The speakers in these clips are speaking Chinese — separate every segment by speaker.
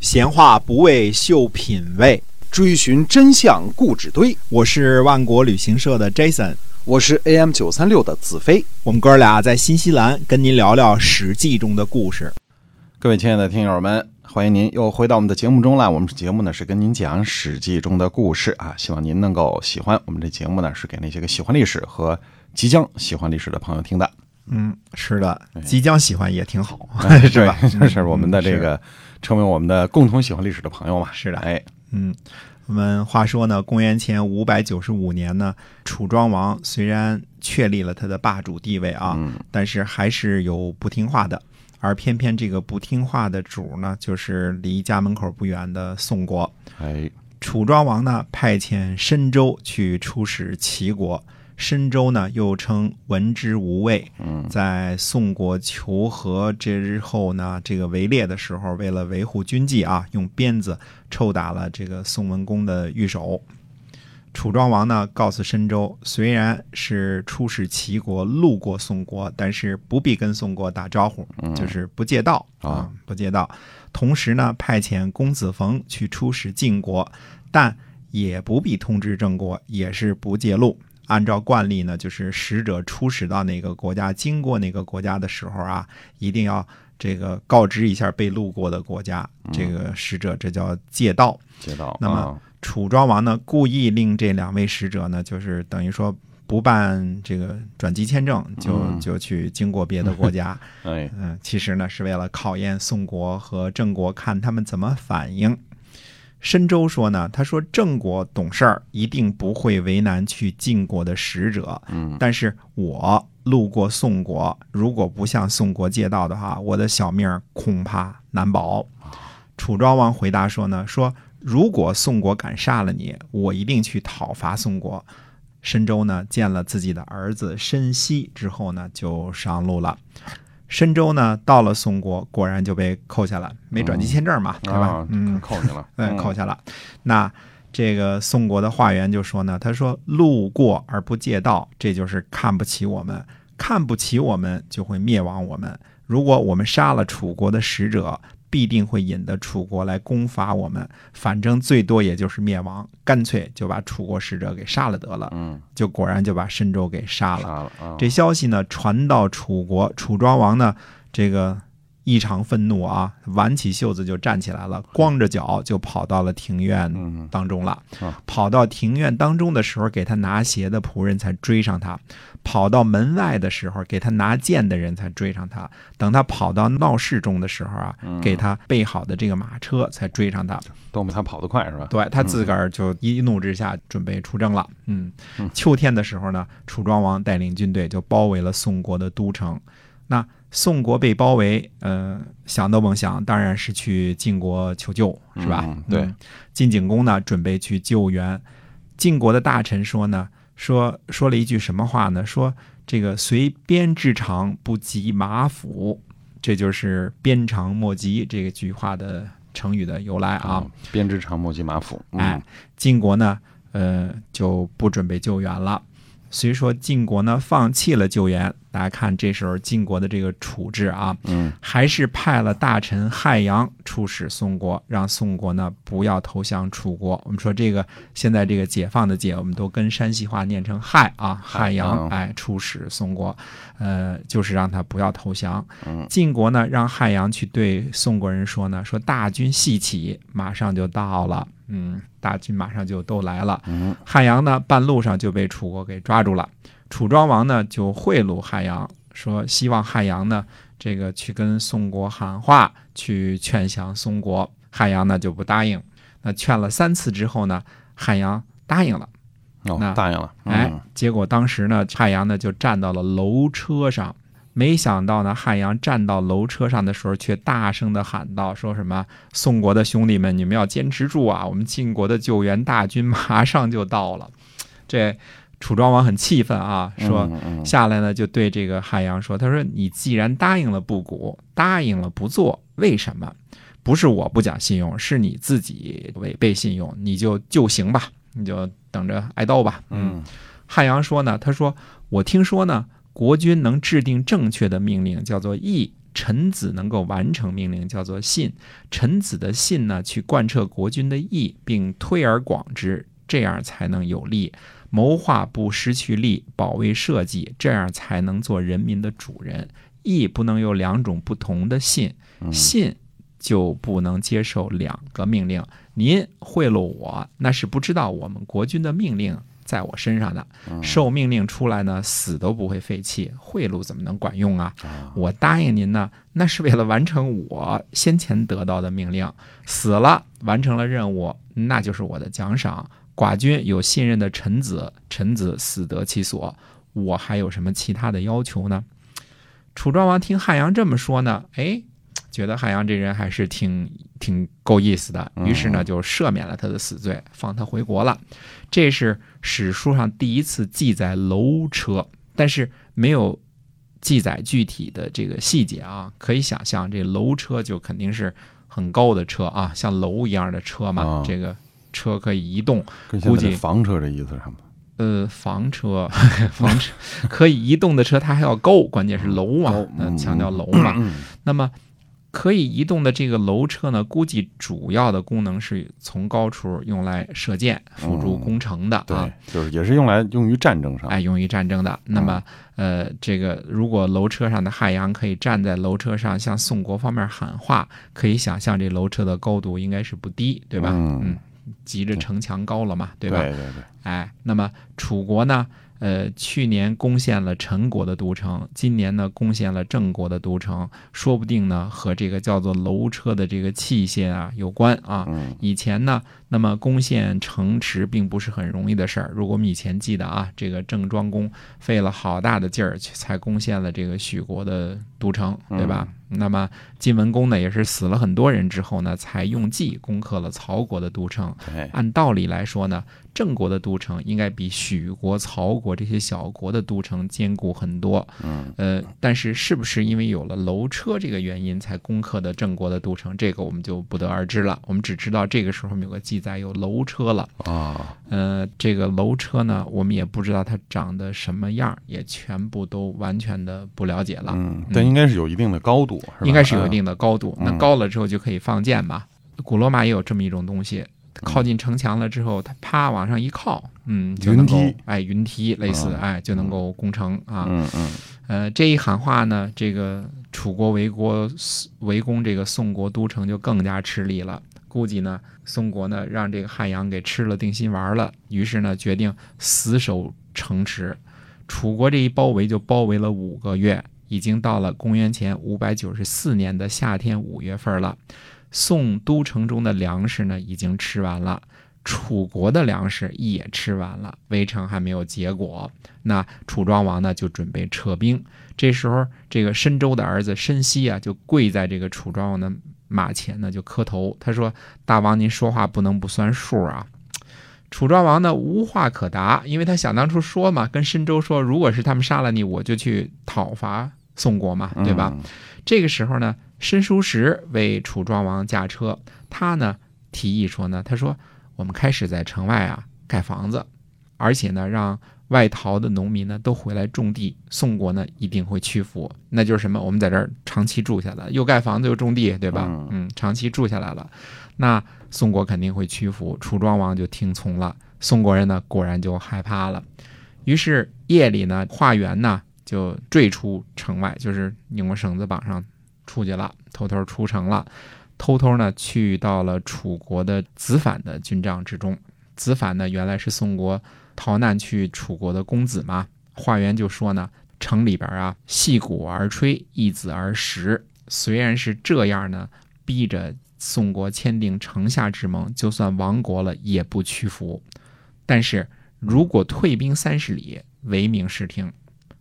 Speaker 1: 闲话不为秀品味，
Speaker 2: 追寻真相故纸堆。
Speaker 1: 我是万国旅行社的 Jason，
Speaker 2: 我是 AM 九三六的子飞。
Speaker 1: 我们哥俩在新西兰跟您聊聊《史记》中的故事。
Speaker 2: 各位亲爱的听友们，欢迎您又回到我们的节目中来。我们节目呢是跟您讲《史记》中的故事啊，希望您能够喜欢。我们这节目呢是给那些个喜欢历史和即将喜欢历史的朋友听 的，
Speaker 1: 嗯，是的，
Speaker 2: 哎
Speaker 1: 即将喜欢也挺好，
Speaker 2: 对
Speaker 1: 是吧？
Speaker 2: 这哎是我们的这个成为我们的共同喜欢历史的朋友 嘛？
Speaker 1: 是的
Speaker 2: 哎，
Speaker 1: 嗯，我们话说呢，公元前五百九十五年呢，楚庄王虽然确立了他的霸主地位啊，
Speaker 2: 嗯
Speaker 1: 但是还是有不听话的。而偏偏这个不听话的主呢，就是离家门口不远的宋国。
Speaker 2: 哎，
Speaker 1: 楚庄王呢派遣申州去出使齐国，申州呢又称闻之无畏，
Speaker 2: 嗯
Speaker 1: 在宋国求和之后呢，这个围猎的时候，为了维护军纪啊，用鞭子抽打了这个宋文公的御手。楚庄王呢告诉申州，虽然是出使齐国，路过宋国，但是不必跟宋国打招呼，就是不借道
Speaker 2: 嗯啊，
Speaker 1: 不借道。同时呢，派遣公子冯去出使晋国，但也不必通知郑国，也是不借路。按照惯例呢，就是使者出使到哪个国家，经过哪个国家的时候啊，一定要这个告知一下被路过的国家，这个使者这叫借道。
Speaker 2: 接到。
Speaker 1: 那么
Speaker 2: 啊
Speaker 1: 楚庄王呢，故意令这两位使者呢，就是等于说不办这个转机签证，就
Speaker 2: 嗯
Speaker 1: 就去经过别的国家。
Speaker 2: 哎，
Speaker 1: 嗯，其实呢是为了考验宋国和郑国，看他们怎么反应。申州说呢，他说郑国懂事儿，一定不会为难去晋国的使者。
Speaker 2: 嗯，
Speaker 1: 但是我路过宋国，如果不向宋国借道的话，我的小命儿恐怕难保。楚庄王回答说呢，说如果宋国敢杀了你，我一定去讨伐宋国。申州呢见了自己的儿子申息之后呢，就上路了。申州呢到了宋国，果然就被扣下了，没转机签证嘛，对吧
Speaker 2: 啊？，
Speaker 1: 嗯，
Speaker 2: 扣 你了，
Speaker 1: 嗯，扣
Speaker 2: 嗯
Speaker 1: 下了。那这个宋国的化缘就说呢，他说路过而不借道，这就是看不起我们，看不起我们就会灭亡我们。如果我们杀了楚国的使者，必定会引得楚国来攻伐我们，反正最多也就是灭亡，干脆就把楚国使者给杀了得了。
Speaker 2: 嗯，
Speaker 1: 就果然就把申州给杀了。
Speaker 2: 杀了啊，
Speaker 1: 这消息呢传到楚国，楚庄王呢这个异常愤怒啊，挽起袖子就站起来了，光着脚就跑到了庭院
Speaker 2: 嗯
Speaker 1: 当中了
Speaker 2: 啊。
Speaker 1: 跑到庭院当中的时候，给他拿鞋的仆人才追上他；跑到门外的时候，给他拿剑的人才追上他；等他跑到闹市中的时候啊，
Speaker 2: 嗯
Speaker 1: 给他备好的这个马车才追上他。
Speaker 2: 都比他跑得快是吧？嗯
Speaker 1: 对他自个儿就一怒之下准备出征了。嗯，秋天的时候呢，楚庄王带领军队就包围了宋国的都城。那宋国被包围，呃，想都甭想，当然是去晋国求救，是吧？
Speaker 2: 嗯对
Speaker 1: 晋景公呢准备去救援，晋国的大臣说呢，说说了一句什么话呢？说这个随鞭之长不及马腹，这就是鞭长莫及这个句话的成语的由来啊。
Speaker 2: 嗯，编织长木及马腹，嗯
Speaker 1: 哎，晋国呢，呃，就不准备救援了。虽说晋国呢放弃了救援，大家看这时候晋国的这个处置啊，
Speaker 2: 嗯，
Speaker 1: 还是派了大臣汉阳出使宋国，让宋国呢不要投降楚国。我们说这个现在这个解放的解，我们都跟山西话念成汉啊，汉阳
Speaker 2: 嗯
Speaker 1: 哎出使宋国，呃，就是让他不要投降。
Speaker 2: 嗯
Speaker 1: 晋国呢让汉阳去对宋国人说呢，说大军细起，马上就到了，嗯，大军马上就都来了。
Speaker 2: 嗯
Speaker 1: 汉阳呢半路上就被楚国给抓住了，楚庄王呢就贿赂汉阳，说希望汉阳呢这个去跟宋国喊话，去劝降宋国。汉阳呢就不答应，那劝了三次之后呢，汉阳答应了。那
Speaker 2: 哦，答应了，嗯
Speaker 1: 哎，结果当时呢，汉阳呢就站到了楼车上。没想到呢，汉阳站到楼车上的时候，却大声地喊道：“说什么宋国的兄弟们，你们要坚持住啊！我们晋国的救援大军马上就到了。”这楚庄王很气愤啊，说：“
Speaker 2: 嗯嗯
Speaker 1: 下来呢，就对这个汉阳说：“他说你既然答应了不鼓，答应了不做，为什么？不是我不讲信用，是你自己违背信用，你就就刑吧，你就等着挨刀吧。”
Speaker 2: 嗯
Speaker 1: 汉阳说呢，他说我听说呢，国君能制定正确的命令，叫做义，臣子能够完成命令，叫做信。臣子的信呢，去贯彻国君的意，并推而广之，这样才能有利。谋划不失去力，保卫社稷，这样才能做人民的主人。义不能有两种不同的信，信就不能接受两个命令。您贿赂我，那是不知道我们国君的命令在我身上的，受命令出来呢，死都不会废弃。贿赂怎么能管用啊？我答应您呢，那是为了完成我先前得到的命令。死了，完成了任务，那就是我的奖赏。寡君有信任的臣子，臣子死得其所。我还有什么其他的要求呢？楚庄王听汉阳这么说呢，哎，觉得汉阳这人还是挺挺够意思的，于是呢就赦免了他的死罪，放他回国了。这是史书上第一次记载楼车，但是没有记载具体的这个细节啊。可以想象，这楼车就肯定是很高的车啊，像楼一样的车嘛，
Speaker 2: 啊
Speaker 1: 这个车可以移动。
Speaker 2: 跟现
Speaker 1: 估
Speaker 2: 在
Speaker 1: 计
Speaker 2: 的房车这意思差不多。
Speaker 1: 呃，房车，房车可以移动的车，它还要高，关键是楼嘛
Speaker 2: 高，
Speaker 1: 那
Speaker 2: 嗯
Speaker 1: 强调楼嘛。 那么可以移动的这个楼车呢，估计主要的功能是从高处用来射箭，辅助
Speaker 2: 嗯
Speaker 1: 攻城的啊。
Speaker 2: 对，啊就是也是用来用于战争上。
Speaker 1: 哎，用于战争的。那
Speaker 2: 啊
Speaker 1: 么，呃，这个如果楼车上的汉阳可以站在楼车上向宋国方面喊话，可以想象这楼车的高度应该是不低，对吧？
Speaker 2: 嗯
Speaker 1: 嗯，急着城墙高了嘛，对吧？
Speaker 2: 对对对，
Speaker 1: 哎，那么楚国呢？呃，去年攻陷了陈国的都城，今年呢攻陷了郑国的都城，说不定呢和这个叫做楼车的这个器械啊有关啊。
Speaker 2: 嗯
Speaker 1: 以前呢，那么攻陷城池并不是很容易的事儿。如果我们以前记得啊，这个郑庄公费了好大的劲儿去才攻陷了这个许国的都城，对吧？那么晋文公呢，也是死了很多人之后呢，才用计攻克了曹国的都城。
Speaker 2: 对，哎
Speaker 1: 按道理来说呢，郑国的都城应该比许国、曹国这些小国的都城坚固很多。
Speaker 2: 嗯，
Speaker 1: 呃，但是是不是因为有了楼车这个原因才攻克的郑国的都城，这个我们就不得而知了。我们只知道这个时候我们有个记载有楼车了。
Speaker 2: 啊，
Speaker 1: 呃，这个楼车呢，我们也不知道它长得什么样，也全部都完全的不了解了。
Speaker 2: 嗯，但应该是有一定的高度，吧
Speaker 1: 应该是有一。定的高度。
Speaker 2: 嗯
Speaker 1: 那高了之后就可以放箭嘛。古罗马也有这么一种东
Speaker 2: 嗯
Speaker 1: 西，靠近城墙了之后，它啪往上一靠，嗯，就能够
Speaker 2: 云梯
Speaker 1: 哎云梯类似
Speaker 2: 嗯
Speaker 1: 哎就能够攻城啊。
Speaker 2: 嗯嗯
Speaker 1: 呃，这一喊话呢，这个楚国围国围攻这个宋国都城就更加吃力了。估计呢，宋国呢让这个汉阳给吃了定心丸了，于是呢决定死守城池。楚国这一包围就包围了五个月，已经到了公元前五百九十四年的夏天五月份了。宋都城中的粮食呢已经吃完了，楚国的粮食也吃完了，围城还没有结果。那楚庄王呢就准备撤兵。这时候，这个申州的儿子申西啊就跪在这个楚庄王的马前呢就磕头，他说：“大王，您说话不能不算数啊。”楚庄王呢无话可答，因为他想当初说嘛，跟申州说，如果是他们杀了你，我就去讨伐宋国嘛，
Speaker 2: 嗯，
Speaker 1: 对吧？？这个时候呢，申叔时为楚庄王驾车，他呢提议说呢，他说我们开始在城外啊盖房子，而且呢让外逃的农民呢都回来种地，宋国呢一定会屈服。那就是什么？我们在这儿长期住下来，又盖房子又种地，对吧？
Speaker 2: 嗯
Speaker 1: 嗯，长期住下来了，那宋国肯定会屈服。楚庄王就听从了，宋国人呢果然就害怕了。于是夜里呢，化缘呢就坠出城外，就是拧过绳子绑上出去了，偷偷出城了，偷偷呢去到了楚国的子反的军帐之中。子反呢原来是宋国逃难去楚国的公子嘛，化缘就说呢，城里边啊戏鼓而吹，一子而食。虽然是这样呢，逼着宋国签订城下之盟，就算亡国了也不屈服。但是如果退兵三十里，唯命是听。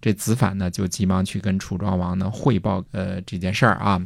Speaker 1: 这子反呢，就急忙去跟楚庄王呢汇报呃这件事儿啊。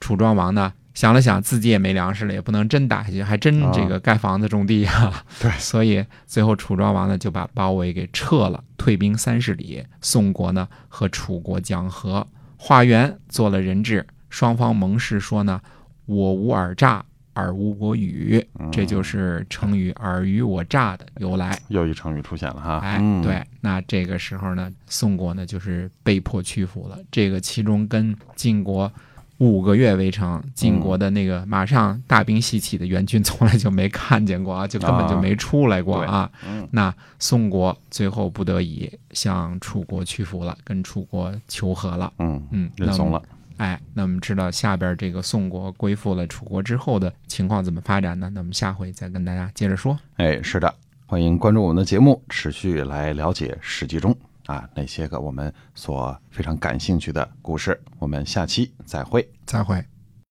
Speaker 1: 楚庄王呢想了想，自己也没粮食了，也不能真打下去，还真
Speaker 2: 啊
Speaker 1: 这个盖房子种地啊。
Speaker 2: 对
Speaker 1: 所以最后楚庄王呢就把包围给撤了，退兵三十里。宋国呢和楚国讲和，化缘做了人质，双方盟誓说呢，我无尔诈，尔无我语。这
Speaker 2: 嗯
Speaker 1: 就是成语“尔虞我诈”的由来。
Speaker 2: 又一成语出现了哈。
Speaker 1: 哎
Speaker 2: 啊嗯，，
Speaker 1: 对，那这个时候呢，宋国呢就是被迫屈服了。这个其中跟晋国五个月围城，晋
Speaker 2: 嗯
Speaker 1: 国的那个马上大兵西起的援军从来就没看见过啊，就根本就没出来过啊。
Speaker 2: 嗯
Speaker 1: 那宋国最后不得已向楚国屈服了，跟楚国求和了。
Speaker 2: 嗯，
Speaker 1: 嗯，
Speaker 2: 认怂了。
Speaker 1: 哎，那我们知道下边这个宋国归附了楚国之后的情况怎么发展呢？那我们下回再跟大家接着说。
Speaker 2: 哎，是的，欢迎关注我们的节目，持续来了解《史记》中啊那些个我们所非常感兴趣的故事。我们下期再会。
Speaker 1: 再会。